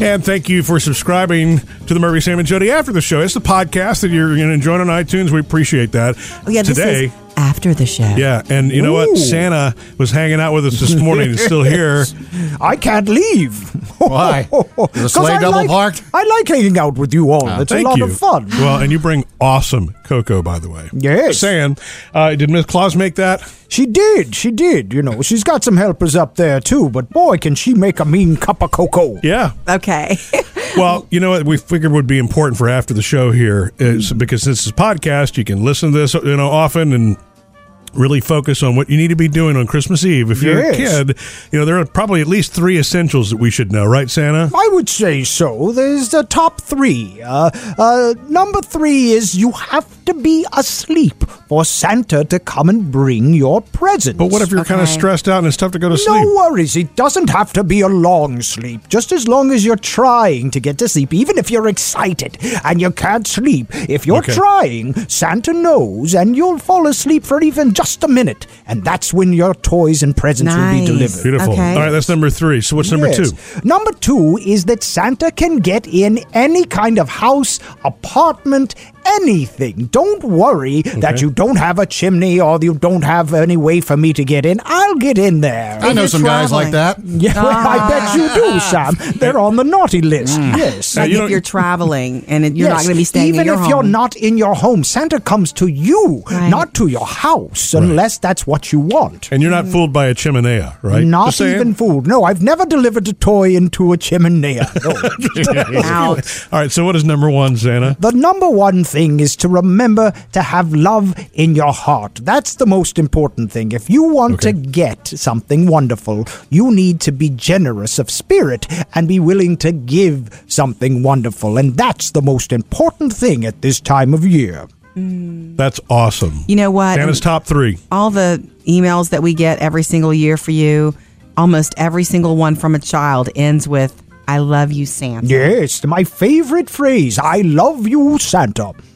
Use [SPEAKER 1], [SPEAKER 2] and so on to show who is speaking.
[SPEAKER 1] And thank you for subscribing to the Murphy, Sam, and Jody After the Show. It's the podcast that you're going to enjoy on iTunes. We appreciate that.
[SPEAKER 2] Oh, yeah, this
[SPEAKER 1] Today,
[SPEAKER 2] is after the show.
[SPEAKER 1] yeah, and you know
[SPEAKER 3] Ooh.
[SPEAKER 1] what? Santa was hanging out with us this morning. He's still here.
[SPEAKER 3] I can't leave.
[SPEAKER 4] Why? Is the sleigh
[SPEAKER 3] I
[SPEAKER 4] double
[SPEAKER 3] like,
[SPEAKER 4] parked?
[SPEAKER 3] I like hanging out with you all. it's a
[SPEAKER 1] Ah, Thank
[SPEAKER 3] lot
[SPEAKER 1] you.
[SPEAKER 3] of fun.
[SPEAKER 1] Well, and you bring awesome cocoa, by the way.
[SPEAKER 3] Yes.
[SPEAKER 1] Saying, uh, did Miss Claus make that?
[SPEAKER 3] She did. She did. You know, she's got some helpers up there too. But boy, can she make a mean cup of cocoa.
[SPEAKER 1] Yeah.
[SPEAKER 2] Okay.
[SPEAKER 1] Well, you know what we figured would be important for after the show here is because this is a podcast, you can listen to this you know often and really focus on what you need to be doing on Christmas Eve. If you're
[SPEAKER 3] Yes.
[SPEAKER 1] a kid, you know there are probably at least three essentials that we should know, right, Santa?
[SPEAKER 3] I would say so. There's the top three. Uh, uh, number three is you have to be asleep for Santa to come and bring your presents.
[SPEAKER 1] But what if you're kind of
[SPEAKER 2] Okay.
[SPEAKER 1] stressed out and it's tough to go to sleep?
[SPEAKER 3] No worries. It doesn't have to be a long sleep. Just as long as you're trying to get to sleep, even if you're excited and you can't sleep. If you're
[SPEAKER 1] Okay.
[SPEAKER 3] trying, Santa knows, and you'll fall asleep for even just a minute. And that's when your toys and presents will be
[SPEAKER 2] Nice.
[SPEAKER 3] delivered.
[SPEAKER 1] Beautiful.
[SPEAKER 2] Okay.
[SPEAKER 1] All right, that's number three. So what's number two?
[SPEAKER 3] Yes. Number two is that Santa can get in any kind of house, apartment, anything. Don't worry that you don't have a chimney or you don't have any way for me to get in. I'll get in there.
[SPEAKER 4] I know
[SPEAKER 2] you're
[SPEAKER 4] some guys like that.
[SPEAKER 2] traveling.
[SPEAKER 3] Yeah, well, I bet you do,
[SPEAKER 2] Ah.
[SPEAKER 3] Sam. They're on the naughty list. Yes.
[SPEAKER 1] Now,
[SPEAKER 2] Like
[SPEAKER 1] you
[SPEAKER 2] if
[SPEAKER 1] don't-
[SPEAKER 2] you're traveling and it- Mm. you're not
[SPEAKER 3] Yes,
[SPEAKER 2] going to be staying
[SPEAKER 3] Even
[SPEAKER 2] in your
[SPEAKER 3] if
[SPEAKER 2] home.
[SPEAKER 3] you're not in your home, Santa comes to you,
[SPEAKER 2] Right.
[SPEAKER 3] not to your house, unless that's what you want.
[SPEAKER 1] And you're not fooled by a chimenea, right?
[SPEAKER 3] Not
[SPEAKER 1] Just saying.
[SPEAKER 3] even food. No, I've never delivered a toy into a chimney. No.
[SPEAKER 2] out.
[SPEAKER 1] All right, so what is number one, Santa?
[SPEAKER 3] The number one thing is to remember to have love in your heart. That's the most important thing. If you want to get something wonderful, you need to be generous of spirit and be willing to give something wonderful. And that's the most important thing at this time of year.
[SPEAKER 1] That's awesome.
[SPEAKER 2] You know what?
[SPEAKER 1] Santa's top three.
[SPEAKER 2] all the emails that we get every single year for you, almost every single one from a child ends with "I love you, Santa."
[SPEAKER 3] Yes, my favorite phrase I love you, Santa.